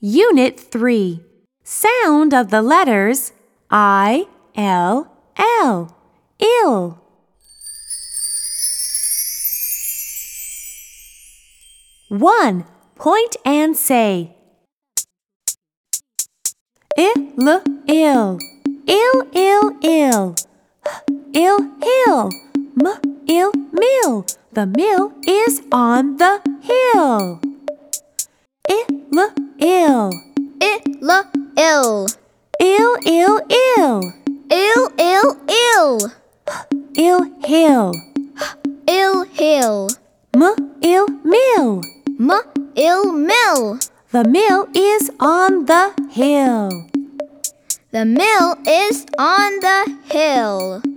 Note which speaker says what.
Speaker 1: Unit 3 Sound of the letters I, L, L. Ill. One. Point and say. Ill, ill. Ill, ill, ill. Ill, hill. M, ill, mill. The mill is on the hill. Ill, ill.
Speaker 2: Ill, ill.
Speaker 1: Ill, ill, ill.
Speaker 2: Ill, ill, ill.
Speaker 1: Ill, hill.
Speaker 2: Ill, hill.
Speaker 1: M, ill, mill.
Speaker 2: M, ill, mill.
Speaker 1: The mill is on the hill.
Speaker 2: The mill is on the hill.